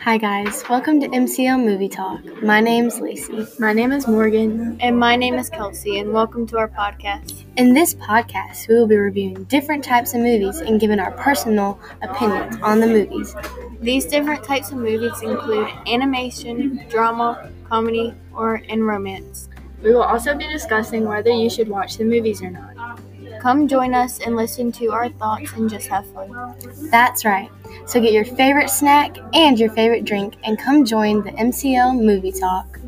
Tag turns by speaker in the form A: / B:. A: Hi, guys. Welcome to MCL Movie Talk. My name's Lacey.
B: My name is Morgan.
C: And my name is Kelsey, and welcome to our podcast.
A: In this podcast, we will be reviewing different types of movies and giving our personal opinions on the movies.
C: These different types of movies include animation, drama, comedy, or in romance.
B: We will also be discussing whether you should watch the movies or not.
C: Come join us and listen to our thoughts and just have fun.
A: That's right. So get your favorite snack and your favorite drink and come join the MCL Movie Talk.